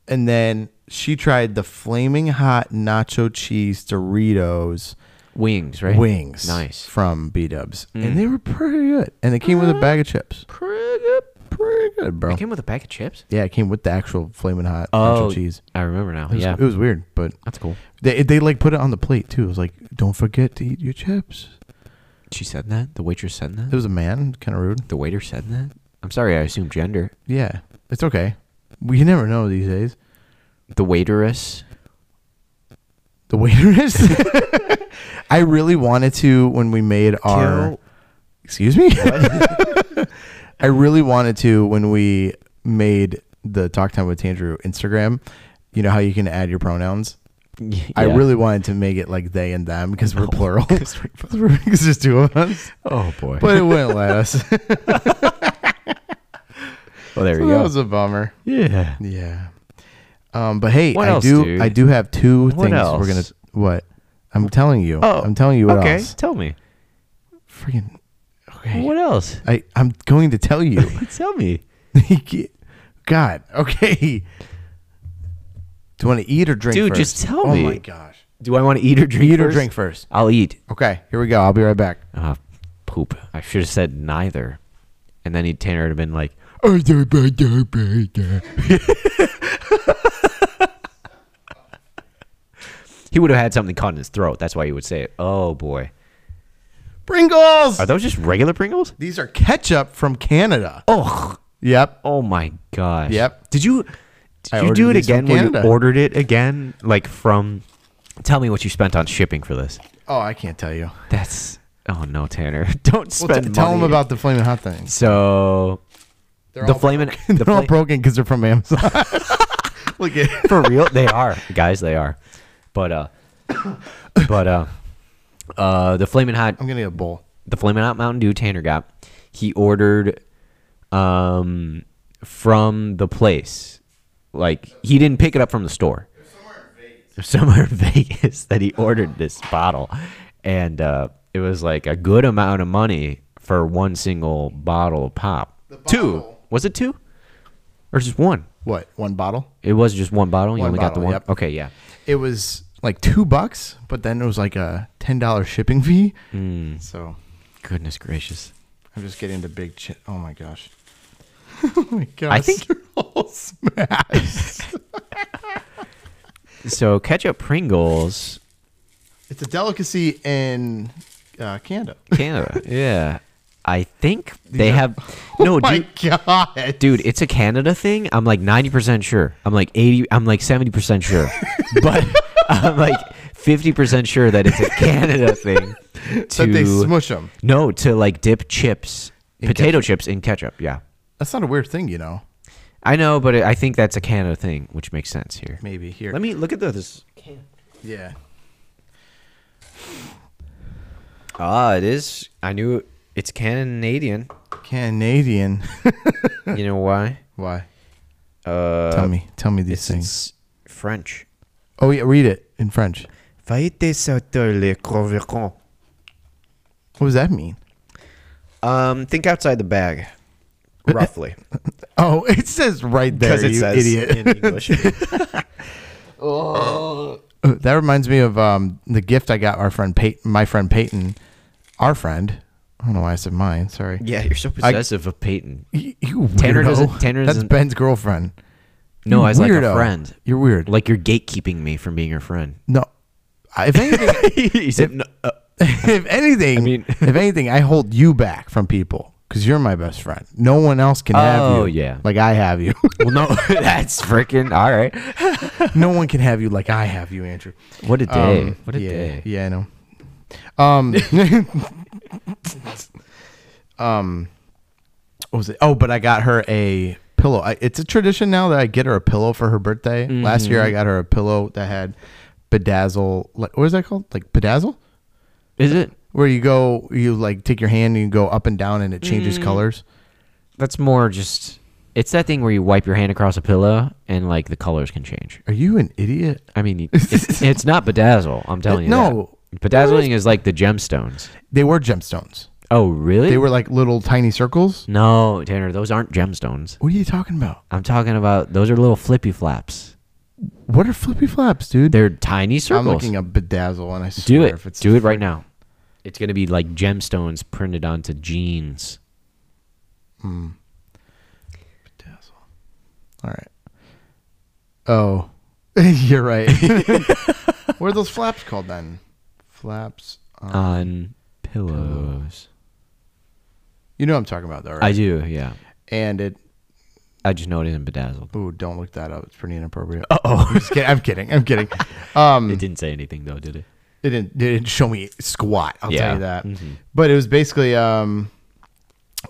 [SPEAKER 1] And then she tried the flaming hot nacho cheese Doritos
[SPEAKER 2] Wings, right?
[SPEAKER 1] wings
[SPEAKER 2] Nice. Mm.
[SPEAKER 1] from B Dubs, and they were pretty good. And it came with a bag of chips.
[SPEAKER 2] Pretty good.
[SPEAKER 1] Pretty good, bro.
[SPEAKER 2] It came Oh, with a pack of chips.
[SPEAKER 1] yeah, it came with the actual flaming hot nacho cheese.
[SPEAKER 2] I remember now.
[SPEAKER 1] It was,
[SPEAKER 2] yeah,
[SPEAKER 1] it was weird, but
[SPEAKER 2] that's cool.
[SPEAKER 1] they they like put it on the plate too. It was like, don't forget to eat your chips.
[SPEAKER 2] She said that. The waitress said
[SPEAKER 1] It
[SPEAKER 2] that.
[SPEAKER 1] was a man, kind of rude.
[SPEAKER 2] The waiter said that. I'm sorry. I assume gender.
[SPEAKER 1] Yeah, it's okay. We you never know these days.
[SPEAKER 2] The waitress.
[SPEAKER 1] The waiter is. I really wanted to when we made our.
[SPEAKER 2] Kill-
[SPEAKER 1] Excuse me. I really wanted to when we made the talk time with Tandrew Instagram. You know how you can add your pronouns. I
[SPEAKER 2] Yeah. Oh,
[SPEAKER 1] really wanted to make it like they and them because we're plural.
[SPEAKER 2] 'Cause we're
[SPEAKER 1] Because we're- 'cause there's two of us,
[SPEAKER 2] Oh boy.
[SPEAKER 1] but it wouldn't let us.
[SPEAKER 2] well, there
[SPEAKER 1] So
[SPEAKER 2] you
[SPEAKER 1] that
[SPEAKER 2] go.
[SPEAKER 1] was a bummer.
[SPEAKER 2] yeah.
[SPEAKER 1] Yeah. Um, but hey,
[SPEAKER 2] What
[SPEAKER 1] I
[SPEAKER 2] else,
[SPEAKER 1] do
[SPEAKER 2] dude?
[SPEAKER 1] I do have two
[SPEAKER 2] What
[SPEAKER 1] things
[SPEAKER 2] else?
[SPEAKER 1] we're gonna what? I'm telling you.
[SPEAKER 2] Oh,
[SPEAKER 1] I'm telling you what
[SPEAKER 2] okay.
[SPEAKER 1] else.
[SPEAKER 2] Tell me.
[SPEAKER 1] Freaking okay.
[SPEAKER 2] What else?
[SPEAKER 1] I, I'm going to tell you.
[SPEAKER 2] Tell me.
[SPEAKER 1] God, okay. Do you want to eat or drink
[SPEAKER 2] Dude,
[SPEAKER 1] first?
[SPEAKER 2] just tell
[SPEAKER 1] Oh
[SPEAKER 2] me.
[SPEAKER 1] my gosh.
[SPEAKER 2] Do I want to eat or drink?
[SPEAKER 1] Eat or
[SPEAKER 2] first?
[SPEAKER 1] drink first.
[SPEAKER 2] I'll eat.
[SPEAKER 1] Okay, here we go. I'll be right back.
[SPEAKER 2] Ah, poop. I should have said neither. And then he Tanner would have been like, he would have had something caught in his throat. That's why he would say it. Oh boy.
[SPEAKER 1] Pringles!
[SPEAKER 2] Are those just regular Pringles?
[SPEAKER 1] These are ketchup from Canada.
[SPEAKER 2] Oh,
[SPEAKER 1] Yep.
[SPEAKER 2] oh my gosh.
[SPEAKER 1] Yep.
[SPEAKER 2] Did you
[SPEAKER 1] I
[SPEAKER 2] did you do
[SPEAKER 1] ordered
[SPEAKER 2] it
[SPEAKER 1] these from
[SPEAKER 2] again when you
[SPEAKER 1] Canada.
[SPEAKER 2] ordered it again? Like from tell me what you spent on shipping for this.
[SPEAKER 1] Oh, I can't tell you.
[SPEAKER 2] That's oh no, Tanner. Don't
[SPEAKER 1] Well,
[SPEAKER 2] spend
[SPEAKER 1] t- tell
[SPEAKER 2] money.
[SPEAKER 1] them about the Flamin' Hot things.
[SPEAKER 2] So the flaming
[SPEAKER 1] They're
[SPEAKER 2] the
[SPEAKER 1] all
[SPEAKER 2] Fla-
[SPEAKER 1] broken because they're from Amazon. Look at
[SPEAKER 2] for real they are guys they are but uh but uh uh the flaming hot
[SPEAKER 1] I'm going to get a bowl.
[SPEAKER 2] the flaming hot mountain dew tanner got he ordered um from the place like he didn't pick it up from the store There's somewhere in vegas that he ordered this bottle and uh it was like a good amount of money for one single bottle of pop two
[SPEAKER 1] bottle-
[SPEAKER 2] was it two or just one
[SPEAKER 1] What? One bottle?
[SPEAKER 2] it was just one bottle you
[SPEAKER 1] One
[SPEAKER 2] only got the
[SPEAKER 1] bottle,
[SPEAKER 2] one
[SPEAKER 1] yep.
[SPEAKER 2] okay yeah
[SPEAKER 1] It was like two bucks, but then it was like a $10 shipping fee.
[SPEAKER 2] Hmm.
[SPEAKER 1] So
[SPEAKER 2] Goodness gracious.
[SPEAKER 1] I'm just getting the big chit. Oh my gosh. oh my gosh.
[SPEAKER 2] I think-
[SPEAKER 1] they're all smashed.
[SPEAKER 2] So ketchup Pringles,
[SPEAKER 1] it's a delicacy in uh, Canada.
[SPEAKER 2] Canada. yeah. I think they
[SPEAKER 1] are-
[SPEAKER 2] have no
[SPEAKER 1] oh my
[SPEAKER 2] dude,
[SPEAKER 1] god,
[SPEAKER 2] dude, it's a Canada thing. I'm like 90% sure. I'm like 80 I'm like 70% sure. but I'm like 50% sure that it's a Canada thing. To
[SPEAKER 1] That they smush them.
[SPEAKER 2] No, to like dip chips,
[SPEAKER 1] In
[SPEAKER 2] potato chips in ketchup, yeah.
[SPEAKER 1] That's not a weird thing, you know.
[SPEAKER 2] I know, but I think that's a Canada thing, which makes sense here.
[SPEAKER 1] Maybe here.
[SPEAKER 2] Let me look at this.
[SPEAKER 1] yeah.
[SPEAKER 2] Ah, it is. I knew it. it's Canadian.
[SPEAKER 1] Canadian.
[SPEAKER 2] You know why?
[SPEAKER 1] Why?
[SPEAKER 2] Uh,
[SPEAKER 1] tell me. Tell me these
[SPEAKER 2] It's,
[SPEAKER 1] things.
[SPEAKER 2] it's French.
[SPEAKER 1] Oh yeah, read it in French.
[SPEAKER 2] Faillite sauter le convicon.
[SPEAKER 1] What does that mean?
[SPEAKER 2] Um, think outside the bag, roughly.
[SPEAKER 1] Oh, it says right there,
[SPEAKER 2] Because it
[SPEAKER 1] you
[SPEAKER 2] says
[SPEAKER 1] idiot.
[SPEAKER 2] in English.
[SPEAKER 1] Uh, That reminds me of um, the gift I got our friend Peyton, my friend Peyton, our friend. I don't know why I said mine. Sorry.
[SPEAKER 2] yeah, you're so possessive of Peyton.
[SPEAKER 1] You, you
[SPEAKER 2] Tanner
[SPEAKER 1] weirdo.
[SPEAKER 2] doesn't- Tanner
[SPEAKER 1] That's
[SPEAKER 2] doesn't-
[SPEAKER 1] Ben's girlfriend.
[SPEAKER 2] No,
[SPEAKER 1] You
[SPEAKER 2] I was like a
[SPEAKER 1] weirdo.
[SPEAKER 2] friend.
[SPEAKER 1] You're weird.
[SPEAKER 2] Like you're gatekeeping me from being your friend.
[SPEAKER 1] No, I- if anything,
[SPEAKER 2] he said, no, uh,
[SPEAKER 1] if anything,
[SPEAKER 2] mean-
[SPEAKER 1] if anything, I hold you back from people because you're my best friend. No one else can have you.
[SPEAKER 2] Oh, yeah.
[SPEAKER 1] like I have you.
[SPEAKER 2] "Well, no, that's freaking all right."
[SPEAKER 1] no one can have you like I have you, Andrew.
[SPEAKER 2] What a day!
[SPEAKER 1] Um,
[SPEAKER 2] what a
[SPEAKER 1] yeah,
[SPEAKER 2] day!
[SPEAKER 1] Yeah, I know. Um, um, what was it? Oh, but I got her a pillow. I, it's a tradition now that I get her a pillow for her birthday. Last
[SPEAKER 2] Mm-hmm.
[SPEAKER 1] year, I got her a pillow that had bedazzle. Like, what is that called? Like bedazzle,
[SPEAKER 2] Is it?
[SPEAKER 1] where you go, you like take your hand and you go up and down, and it
[SPEAKER 2] Mm.
[SPEAKER 1] changes colors.
[SPEAKER 2] That's more just. It's that thing where you wipe your hand across a pillow and like the colors can change.
[SPEAKER 1] Are you an idiot?
[SPEAKER 2] I mean, it's, it's not bedazzle. I'm telling you.
[SPEAKER 1] No.
[SPEAKER 2] that. bedazzling is like the gemstones.
[SPEAKER 1] They were gemstones.
[SPEAKER 2] Oh, really?
[SPEAKER 1] They were like little tiny circles.
[SPEAKER 2] No, Tanner, those aren't gemstones.
[SPEAKER 1] What are you talking about?
[SPEAKER 2] I'm talking about those are little flippy flaps.
[SPEAKER 1] What are flippy flaps, dude?
[SPEAKER 2] They're tiny circles.
[SPEAKER 1] I'm looking up bedazzle, and I swear
[SPEAKER 2] Do it.
[SPEAKER 1] if it's
[SPEAKER 2] Do it right now. It's gonna be like gemstones printed onto jeans.
[SPEAKER 1] Dazzle. All right. Oh, you're right. what are those flaps called then? Flaps. um, On.
[SPEAKER 2] Uh, on pillows.
[SPEAKER 1] you know what I'm talking about though, right?
[SPEAKER 2] I do, yeah.
[SPEAKER 1] and it.
[SPEAKER 2] I just know it isn't bedazzled.
[SPEAKER 1] Ooh, don't look that up. It's pretty inappropriate. Uh oh. I'm, just kidding. I'm kidding. I'm kidding. Um,
[SPEAKER 2] It didn't say anything though, did it?
[SPEAKER 1] it didn't, it didn't show me squat. I'll tell
[SPEAKER 2] Yeah.
[SPEAKER 1] you that.
[SPEAKER 2] Mhm.
[SPEAKER 1] But it was basically um,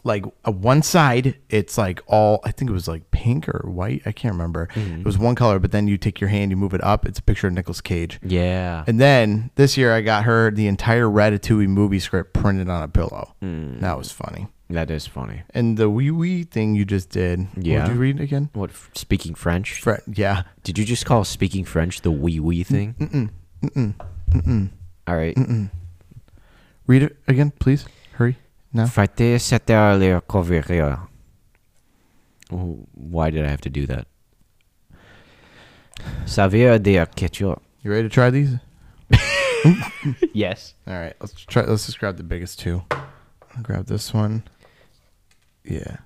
[SPEAKER 1] like uh, one side. It's like all I think it was like pink or white. I can't remember. It was one color. But then you take your hand, you move it up. It's a picture of Nicolas Cage.
[SPEAKER 2] Yeah.
[SPEAKER 1] And then this year, I got her the entire Ratatouille movie script printed on a pillow. That was funny.
[SPEAKER 2] Hmm. that is funny. And
[SPEAKER 1] And the wee wee thing you just did.
[SPEAKER 2] Yeah.
[SPEAKER 1] Would you read it again?
[SPEAKER 2] what f- speaking French?
[SPEAKER 1] Fre- yeah.
[SPEAKER 2] Did you just call speaking French the wee wee thing?
[SPEAKER 1] Mm-hmm.
[SPEAKER 2] Mm-mm. Mm-mm. Mm-mm. All right.
[SPEAKER 1] Read it again, please. Hurry. Now.
[SPEAKER 2] Fratez s'attarde à couvrir. Oh, Why did I have to do that? Saveur de ketchup.
[SPEAKER 1] You ready to try these?
[SPEAKER 2] Yes.
[SPEAKER 1] All right. Let's try. Let's just grab the biggest two. I'll grab this one. Yeah.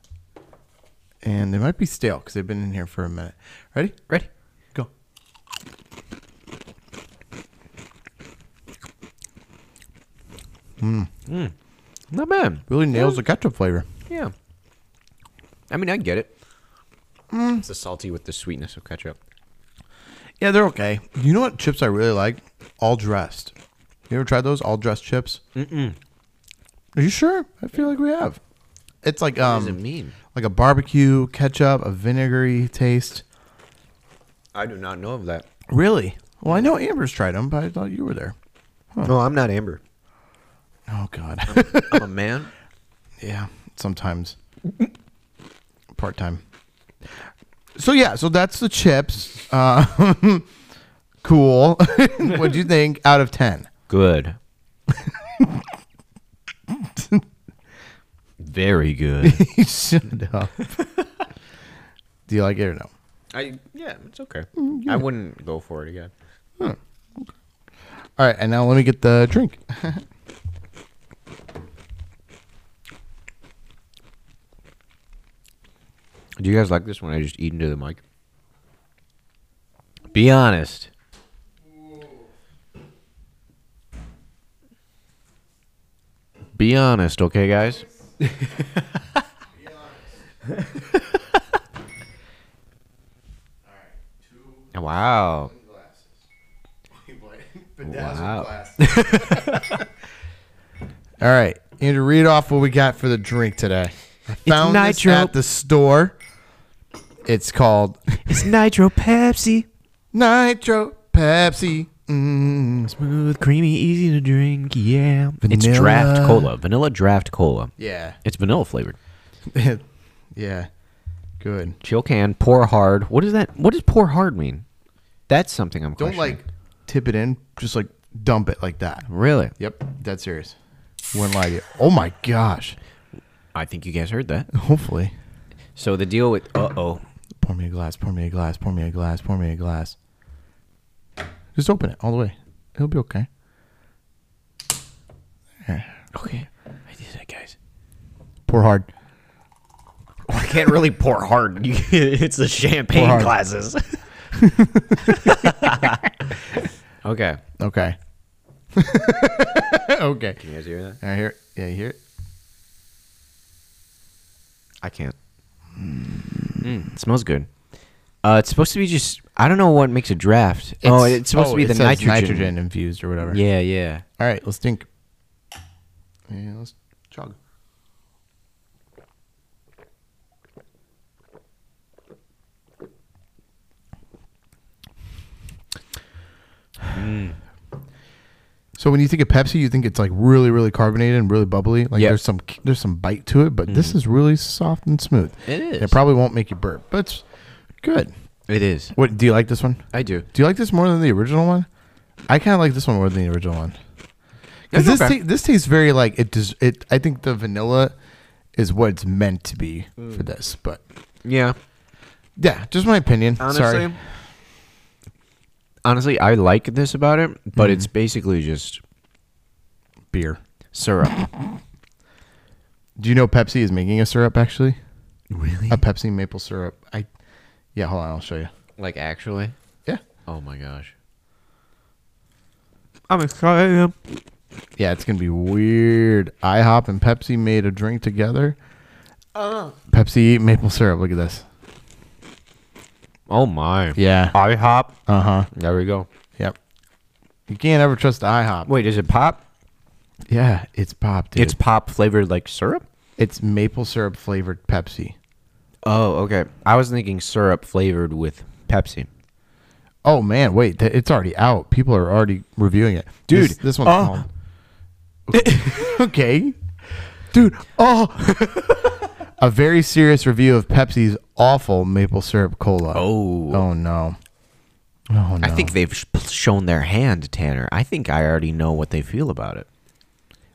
[SPEAKER 1] And they might be stale because they've been in here for a minute. Ready?
[SPEAKER 2] Ready?
[SPEAKER 1] Go.
[SPEAKER 2] Not bad.
[SPEAKER 1] Really nails the ketchup flavor.
[SPEAKER 2] Yeah. I mean, I get it. It's the salty with the sweetness of ketchup.
[SPEAKER 1] Yeah, they're okay. You know what chips I really like? All dressed. You ever tried those all dressed chips? Mm-mm. Are you sure? I feel like we have. It's like
[SPEAKER 2] What does it
[SPEAKER 1] um,
[SPEAKER 2] mean?
[SPEAKER 1] like a barbecue ketchup, a vinegary taste.
[SPEAKER 2] I do not know of that.
[SPEAKER 1] Really? Well, I know Amber's tried them, but I thought you were there.
[SPEAKER 2] No, I'm not Amber.
[SPEAKER 1] Oh God.
[SPEAKER 2] I'm a man.
[SPEAKER 1] yeah, sometimes. Part time. So yeah, so that's the chips. Uh, cool. What'd you think out of ten?
[SPEAKER 2] Good. Very good.
[SPEAKER 1] You Shut up. Do you like it or no?
[SPEAKER 2] I Mm, yeah, it's okay. I wouldn't go for it again.
[SPEAKER 1] All right, and now let me get the drink.
[SPEAKER 2] Do you guys like this when I just eat into the mic? Be honest. Be honest, okay, guys? Wow. Wow.
[SPEAKER 1] All right, Andrew, read off what we got for the drink today. I found this
[SPEAKER 2] nitro.
[SPEAKER 1] at the store. It's called
[SPEAKER 2] It's Nitro Pepsi.
[SPEAKER 1] Nitro Pepsi. Mm.
[SPEAKER 2] Smooth, creamy, easy to drink. Yeah. It's
[SPEAKER 1] Vanilla.
[SPEAKER 2] draft cola. Vanilla draft cola.
[SPEAKER 1] Yeah,
[SPEAKER 2] It's vanilla flavored.
[SPEAKER 1] yeah, good.
[SPEAKER 2] Chill can, pour hard. What is that? What does pour hard mean? That's something I'm
[SPEAKER 1] Don't
[SPEAKER 2] questioning.
[SPEAKER 1] like tip it in, just like dump it like that.
[SPEAKER 2] Really?
[SPEAKER 1] Yep, dead serious. Wouldn't lie to you. Oh my gosh.
[SPEAKER 2] I think you guys heard that.
[SPEAKER 1] Hopefully.
[SPEAKER 2] So the deal with uh oh,
[SPEAKER 1] Pour me a glass, pour me a glass, pour me a glass, pour me a glass. Just open it all the way. It'll be okay. There.
[SPEAKER 2] Okay. I did it, guys.
[SPEAKER 1] Pour hard.
[SPEAKER 2] can't really pour hard. You, it's the champagne
[SPEAKER 1] hard.
[SPEAKER 2] glasses. okay.
[SPEAKER 1] Okay. okay.
[SPEAKER 2] Can you guys hear that?
[SPEAKER 1] I hear. it. Yeah, you hear it.
[SPEAKER 2] I can't. Mm, it smells good. Uh, it's supposed to be just. I don't know what makes a draft. oh,
[SPEAKER 1] It's-
[SPEAKER 2] it's supposed
[SPEAKER 1] oh,
[SPEAKER 2] to be
[SPEAKER 1] it
[SPEAKER 2] the
[SPEAKER 1] says
[SPEAKER 2] nitrogen.
[SPEAKER 1] nitrogen infused or whatever.
[SPEAKER 2] Yeah, yeah.
[SPEAKER 1] All right, let's drink. Yeah, let's chug. So when you think of Pepsi, you think it's like really, really carbonated and really bubbly. Like
[SPEAKER 2] Yep.
[SPEAKER 1] there's some there's some bite to it, but this is really soft and smooth.
[SPEAKER 2] It is.
[SPEAKER 1] It probably won't make you burp, but it's good.
[SPEAKER 2] It is.
[SPEAKER 1] What do you like this one?
[SPEAKER 2] I do.
[SPEAKER 1] Do you like this more than the original one? I kind of like this one more than the original one. Because
[SPEAKER 2] That's
[SPEAKER 1] this
[SPEAKER 2] okay.
[SPEAKER 1] ta- this tastes very like it does it. I think the vanilla is what it's meant to be
[SPEAKER 2] Mm.
[SPEAKER 1] for this. But
[SPEAKER 2] Yeah.
[SPEAKER 1] yeah, just my opinion.
[SPEAKER 2] Honestly.
[SPEAKER 1] Sorry.
[SPEAKER 2] Honestly, I like this about it, but it's basically just
[SPEAKER 1] Beer.
[SPEAKER 2] syrup.
[SPEAKER 1] Do you know Pepsi is making a syrup actually?
[SPEAKER 2] really?
[SPEAKER 1] A Pepsi maple syrup. I yeah. Hold on, I'll show you.
[SPEAKER 2] Like actually?
[SPEAKER 1] Yeah.
[SPEAKER 2] Oh my gosh. I'm excited.
[SPEAKER 1] Yeah, it's gonna be weird. IHOP and Pepsi made a drink together.
[SPEAKER 2] Uh-huh.
[SPEAKER 1] Pepsi maple syrup. Look at this.
[SPEAKER 2] Oh my.
[SPEAKER 1] Yeah.
[SPEAKER 2] IHOP.
[SPEAKER 1] Uh huh.
[SPEAKER 2] There we go.
[SPEAKER 1] Yep. You can't ever trust IHOP.
[SPEAKER 2] Wait, is it pop?
[SPEAKER 1] Yeah, it's pop, dude.
[SPEAKER 2] It's pop flavored like syrup?
[SPEAKER 1] It's maple syrup flavored Pepsi.
[SPEAKER 2] Oh, okay. I was thinking syrup flavored with Pepsi.
[SPEAKER 1] Oh man, wait, th- it's already out. People are already reviewing it,
[SPEAKER 2] Dude,
[SPEAKER 1] This, this one's
[SPEAKER 2] uh,
[SPEAKER 1] called. okay, dude. Oh, a very serious review of Pepsi's awful maple syrup cola.
[SPEAKER 2] Oh.
[SPEAKER 1] oh no, oh no.
[SPEAKER 2] I think they've sh- shown their hand, Tanner. I think I already know what they feel about it.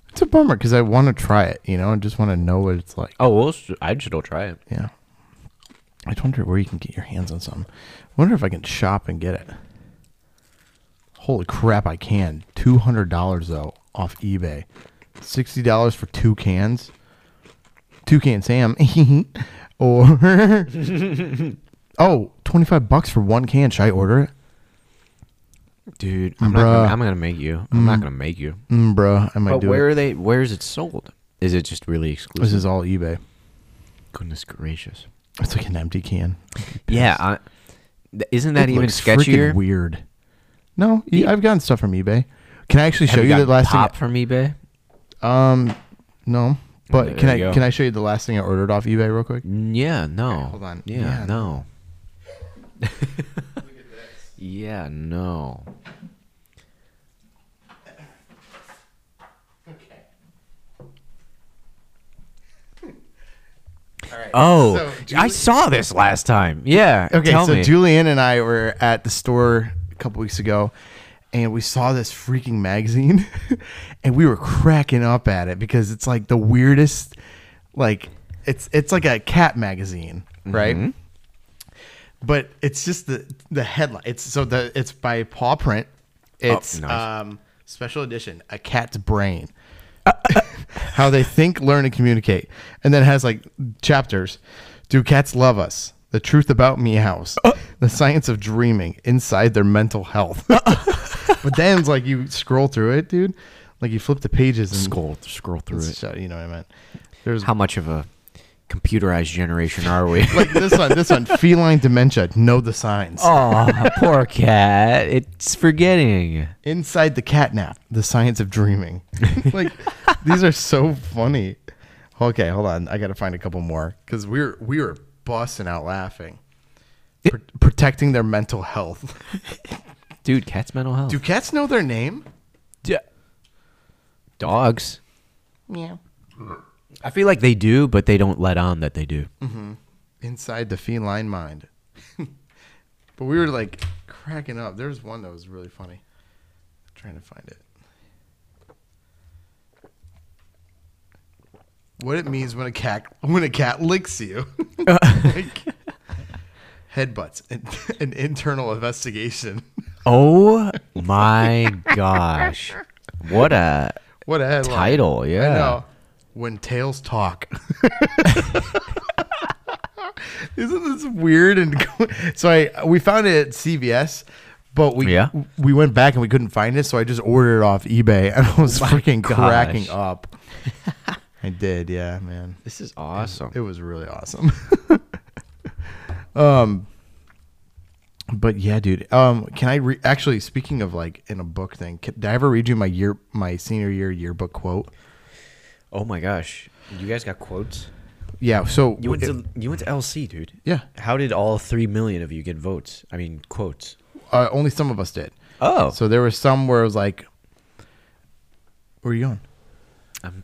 [SPEAKER 1] it's a bummer because I want to try it, you know, and just want to know what it's like.
[SPEAKER 2] Oh, well, s- I'd still try it.
[SPEAKER 1] Yeah, I just wonder where you can get your hands on some. I wonder if I can shop and get it. Holy crap, I can. Two hundred dollars though off eBay. Sixty dollars for two cans. Two can Sam. or oh, 25 bucks for one can. Should I order it?
[SPEAKER 2] Dude, I'm not gonna,
[SPEAKER 1] Bruh.
[SPEAKER 2] I'm gonna make you. I'm not gonna make you.
[SPEAKER 1] Mm, bruh, I might
[SPEAKER 2] But
[SPEAKER 1] do
[SPEAKER 2] where
[SPEAKER 1] it.
[SPEAKER 2] are they? Where is it sold? Is it just really exclusive?
[SPEAKER 1] This is all eBay.
[SPEAKER 2] Goodness gracious.
[SPEAKER 1] It's like an empty can.
[SPEAKER 2] Yeah, I, th- isn't that
[SPEAKER 1] It
[SPEAKER 2] even
[SPEAKER 1] looks freaking
[SPEAKER 2] sketchier?
[SPEAKER 1] Weird. No, yeah, I've gotten stuff from eBay. Can I actually
[SPEAKER 2] Have
[SPEAKER 1] show you the
[SPEAKER 2] gotten
[SPEAKER 1] last
[SPEAKER 2] pop
[SPEAKER 1] thing?
[SPEAKER 2] from eBay?
[SPEAKER 1] Um, no. But
[SPEAKER 2] There
[SPEAKER 1] can I
[SPEAKER 2] you go.
[SPEAKER 1] can I show you the last thing I ordered off eBay real quick?
[SPEAKER 2] Mm, Yeah, no.
[SPEAKER 1] hold on.
[SPEAKER 2] Yeah,
[SPEAKER 1] Yeah.
[SPEAKER 2] no. yeah, no. Oh,
[SPEAKER 1] So,
[SPEAKER 2] I
[SPEAKER 1] Julie-
[SPEAKER 2] saw this last time. Yeah.
[SPEAKER 1] Okay,
[SPEAKER 2] tell
[SPEAKER 1] so
[SPEAKER 2] me.
[SPEAKER 1] Julian and I were at the store a couple weeks ago, and we saw this freaking magazine, and we were cracking up at it because it's like the weirdest, like it's it's like a cat magazine, right? But it's just the the headline. It's so the it's by Paw Print. It's
[SPEAKER 2] nice.
[SPEAKER 1] um special edition, a cat's brain. how they think, learn, and communicate. And then it has like chapters. Do cats love us? The truth about meows.
[SPEAKER 2] Uh.
[SPEAKER 1] The science of dreaming inside their mental health.
[SPEAKER 2] Uh.
[SPEAKER 1] but then it's like you scroll through it, dude. Like you flip the pages and
[SPEAKER 2] scroll scroll through it.
[SPEAKER 1] Shut- You know what I meant. There's
[SPEAKER 2] How much of a computerized generation are we?
[SPEAKER 1] like this one, this one, feline dementia. Know the signs.
[SPEAKER 2] oh, poor cat. It's forgetting.
[SPEAKER 1] Inside the catnap, the science of dreaming. like these are so funny. Okay, hold on. I gotta find a couple more because we were we were busting out laughing. Pro- protecting their mental health.
[SPEAKER 2] Dude, cat's mental health.
[SPEAKER 1] Do cats know their name?
[SPEAKER 2] Yeah. Dogs.
[SPEAKER 1] Yeah.
[SPEAKER 2] I feel like they do, but they don't let on that they do.
[SPEAKER 1] Inside the feline mind. but we were like cracking up. There was one that was really funny. I'm trying to find it. What it means when a cat when a cat licks you. like, headbutts. An, an internal investigation.
[SPEAKER 2] Oh my gosh. What a
[SPEAKER 1] What a headline.
[SPEAKER 2] title,
[SPEAKER 1] I
[SPEAKER 2] yeah.
[SPEAKER 1] know. When tails talk. weird and so I we found it at CVS, but we
[SPEAKER 2] Yeah.
[SPEAKER 1] we went back and we couldn't find it, so I just ordered it off eBay and I was freaking
[SPEAKER 2] gosh.
[SPEAKER 1] cracking up. I did, yeah, man.
[SPEAKER 2] This is awesome.
[SPEAKER 1] It was really awesome. um but yeah, dude. Um can I re- actually speaking of like in a book thing, can, did I ever read you my year my senior year yearbook quote?
[SPEAKER 2] Oh my gosh, you guys got quotes.
[SPEAKER 1] Yeah, so
[SPEAKER 2] You went
[SPEAKER 1] it-
[SPEAKER 2] to you went to LC, dude.
[SPEAKER 1] Yeah.
[SPEAKER 2] How did all three million of you get votes? I mean, quotes.
[SPEAKER 1] uh, only some of us did.
[SPEAKER 2] Oh,
[SPEAKER 1] So there was some where it was like, "Where are you going?"
[SPEAKER 2] I'm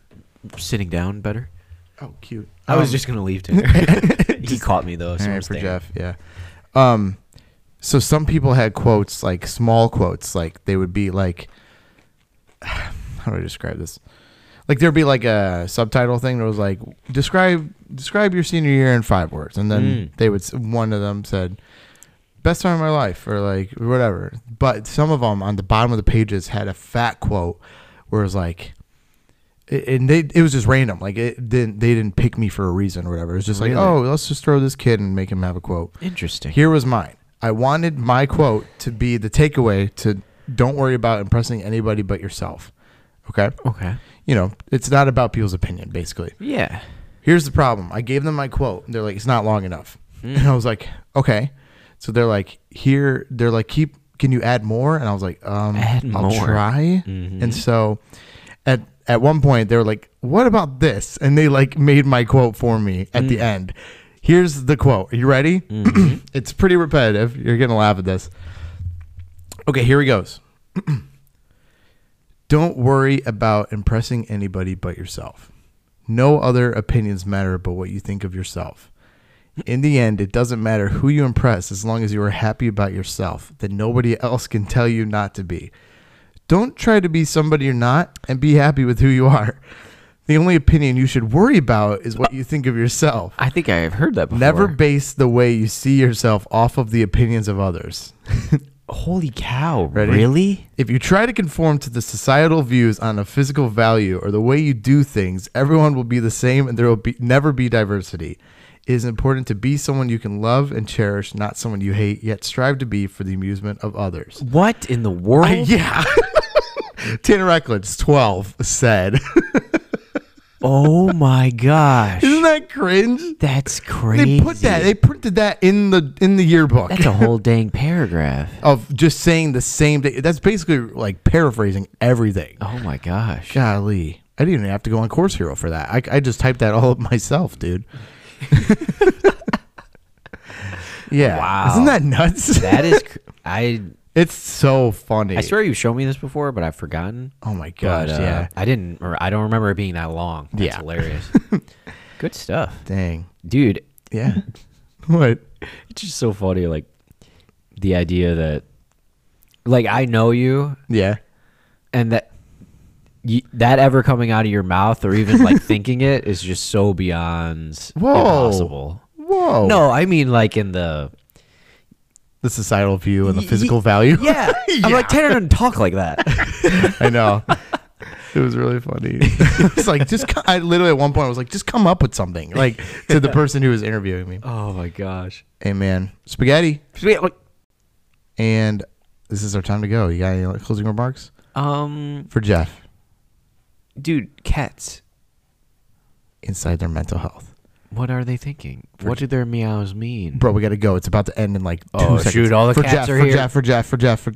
[SPEAKER 2] sitting down better.
[SPEAKER 1] Oh, cute.
[SPEAKER 2] I was
[SPEAKER 1] Um,
[SPEAKER 2] just gonna leave to. he caught me though. So
[SPEAKER 1] all
[SPEAKER 2] I'm
[SPEAKER 1] right for
[SPEAKER 2] staying.
[SPEAKER 1] Jeff. Yeah. Um, so some people had quotes like small quotes, like they would be like, how do I describe this? Like there'd be like a subtitle thing that was like describe describe your senior year in five words, and then
[SPEAKER 2] Mm.
[SPEAKER 1] they would s- one of them said best time of my life or like whatever. But some of them on the bottom of the pages had a fat quote where it was like, it- and they it was just random. Like it didn't they didn't pick me for a reason or whatever. It was just like,
[SPEAKER 2] Really?
[SPEAKER 1] oh, let's just throw this kid and make him have a quote.
[SPEAKER 2] Interesting.
[SPEAKER 1] Here was mine. I wanted my quote to be the takeaway to don't worry about impressing anybody but yourself. Okay?
[SPEAKER 2] Okay.
[SPEAKER 1] You know, it's not about people's opinion basically.
[SPEAKER 2] Yeah.
[SPEAKER 1] Here's the problem. I gave them my quote and they're like it's not long enough.
[SPEAKER 2] Hmm.
[SPEAKER 1] And I was like, "Okay." So they're like, "Here, they're like, keep can you add more?" And I was like, "Um,
[SPEAKER 2] Add
[SPEAKER 1] I'll
[SPEAKER 2] more. Mm-hmm.
[SPEAKER 1] try." And so at at one point they were like, "What about this?" And they like made my quote for me at
[SPEAKER 2] Hmm.
[SPEAKER 1] the end. Here's the quote. Are you ready?
[SPEAKER 2] Mm-hmm.
[SPEAKER 1] it's pretty repetitive. You're going to laugh at this. Okay, here he goes. Don't worry about impressing anybody but yourself. No other opinions matter but what you think of yourself. In the end, it doesn't matter who you impress as long as you are happy about yourself, that nobody else can tell you not to be. Don't try to be somebody you're not and be happy with who you are. The only opinion you should worry about is what you think of yourself.
[SPEAKER 2] I think I have heard that before.
[SPEAKER 1] Never base the way you see yourself off of the opinions of others.
[SPEAKER 2] Holy cow!
[SPEAKER 1] Ready?
[SPEAKER 2] Really?
[SPEAKER 1] If you try to conform to the societal views on a physical value or the way you do things, everyone will be the same and there will be never be diversity. It is important to be someone you can love and cherish, not someone you hate, yet strive to be for the amusement of others.
[SPEAKER 2] What in the world?
[SPEAKER 1] Yeah. Tanner Eklund's 12 said.
[SPEAKER 2] oh my gosh!
[SPEAKER 1] Isn't that cringe?
[SPEAKER 2] That's crazy.
[SPEAKER 1] They put that they printed that in the in the yearbook.
[SPEAKER 2] That's a whole dang paragraph.
[SPEAKER 1] of just saying the same thing. That's basically like paraphrasing everything.
[SPEAKER 2] Oh my gosh.
[SPEAKER 1] Golly. I didn't even have to go on Course Hero for that. I, I just typed that all up myself, dude. yeah.
[SPEAKER 2] Wow.
[SPEAKER 1] Isn't that nuts?
[SPEAKER 2] That is. Cr- I
[SPEAKER 1] it's so funny.
[SPEAKER 2] I swear you've shown me this before, but I've forgotten.
[SPEAKER 1] Oh my gosh.
[SPEAKER 2] But uh,
[SPEAKER 1] yeah.
[SPEAKER 2] I didn't. Or I don't remember it being that long. That's
[SPEAKER 1] Yeah.
[SPEAKER 2] hilarious. Good stuff,
[SPEAKER 1] Dang.
[SPEAKER 2] dude.
[SPEAKER 1] Yeah. what?
[SPEAKER 2] It's just so funny, like the idea that, like, I know you,
[SPEAKER 1] Yeah.
[SPEAKER 2] and that you, that ever coming out of your mouth or even like thinking it is just so beyond
[SPEAKER 1] Whoa. Oh.
[SPEAKER 2] impossible.
[SPEAKER 1] Whoa.
[SPEAKER 2] No, I mean like in the
[SPEAKER 1] The societal view and the
[SPEAKER 2] Y-
[SPEAKER 1] physical value.
[SPEAKER 2] yeah. I'm like Tanner doesn't talk like that.
[SPEAKER 1] I know. It was really funny. it's like just co- I literally at one point I was like, just come up with something like to the person who was interviewing me.
[SPEAKER 2] oh my gosh.
[SPEAKER 1] Hey man, spaghetti,
[SPEAKER 2] Sweet, like,
[SPEAKER 1] and this is our time to go. You got any like, closing remarks
[SPEAKER 2] Um,
[SPEAKER 1] for Jeff?
[SPEAKER 2] dude, cats.
[SPEAKER 1] inside their mental health.
[SPEAKER 2] What are they thinking? What do their meows mean?
[SPEAKER 1] Bro, we gotta go. It's about to end in like two
[SPEAKER 2] Oh,
[SPEAKER 1] seconds.
[SPEAKER 2] shoot, all the
[SPEAKER 1] for
[SPEAKER 2] cats
[SPEAKER 1] Jeff,
[SPEAKER 2] are
[SPEAKER 1] for
[SPEAKER 2] here.
[SPEAKER 1] Jeff, for Jeff, for Jeff, for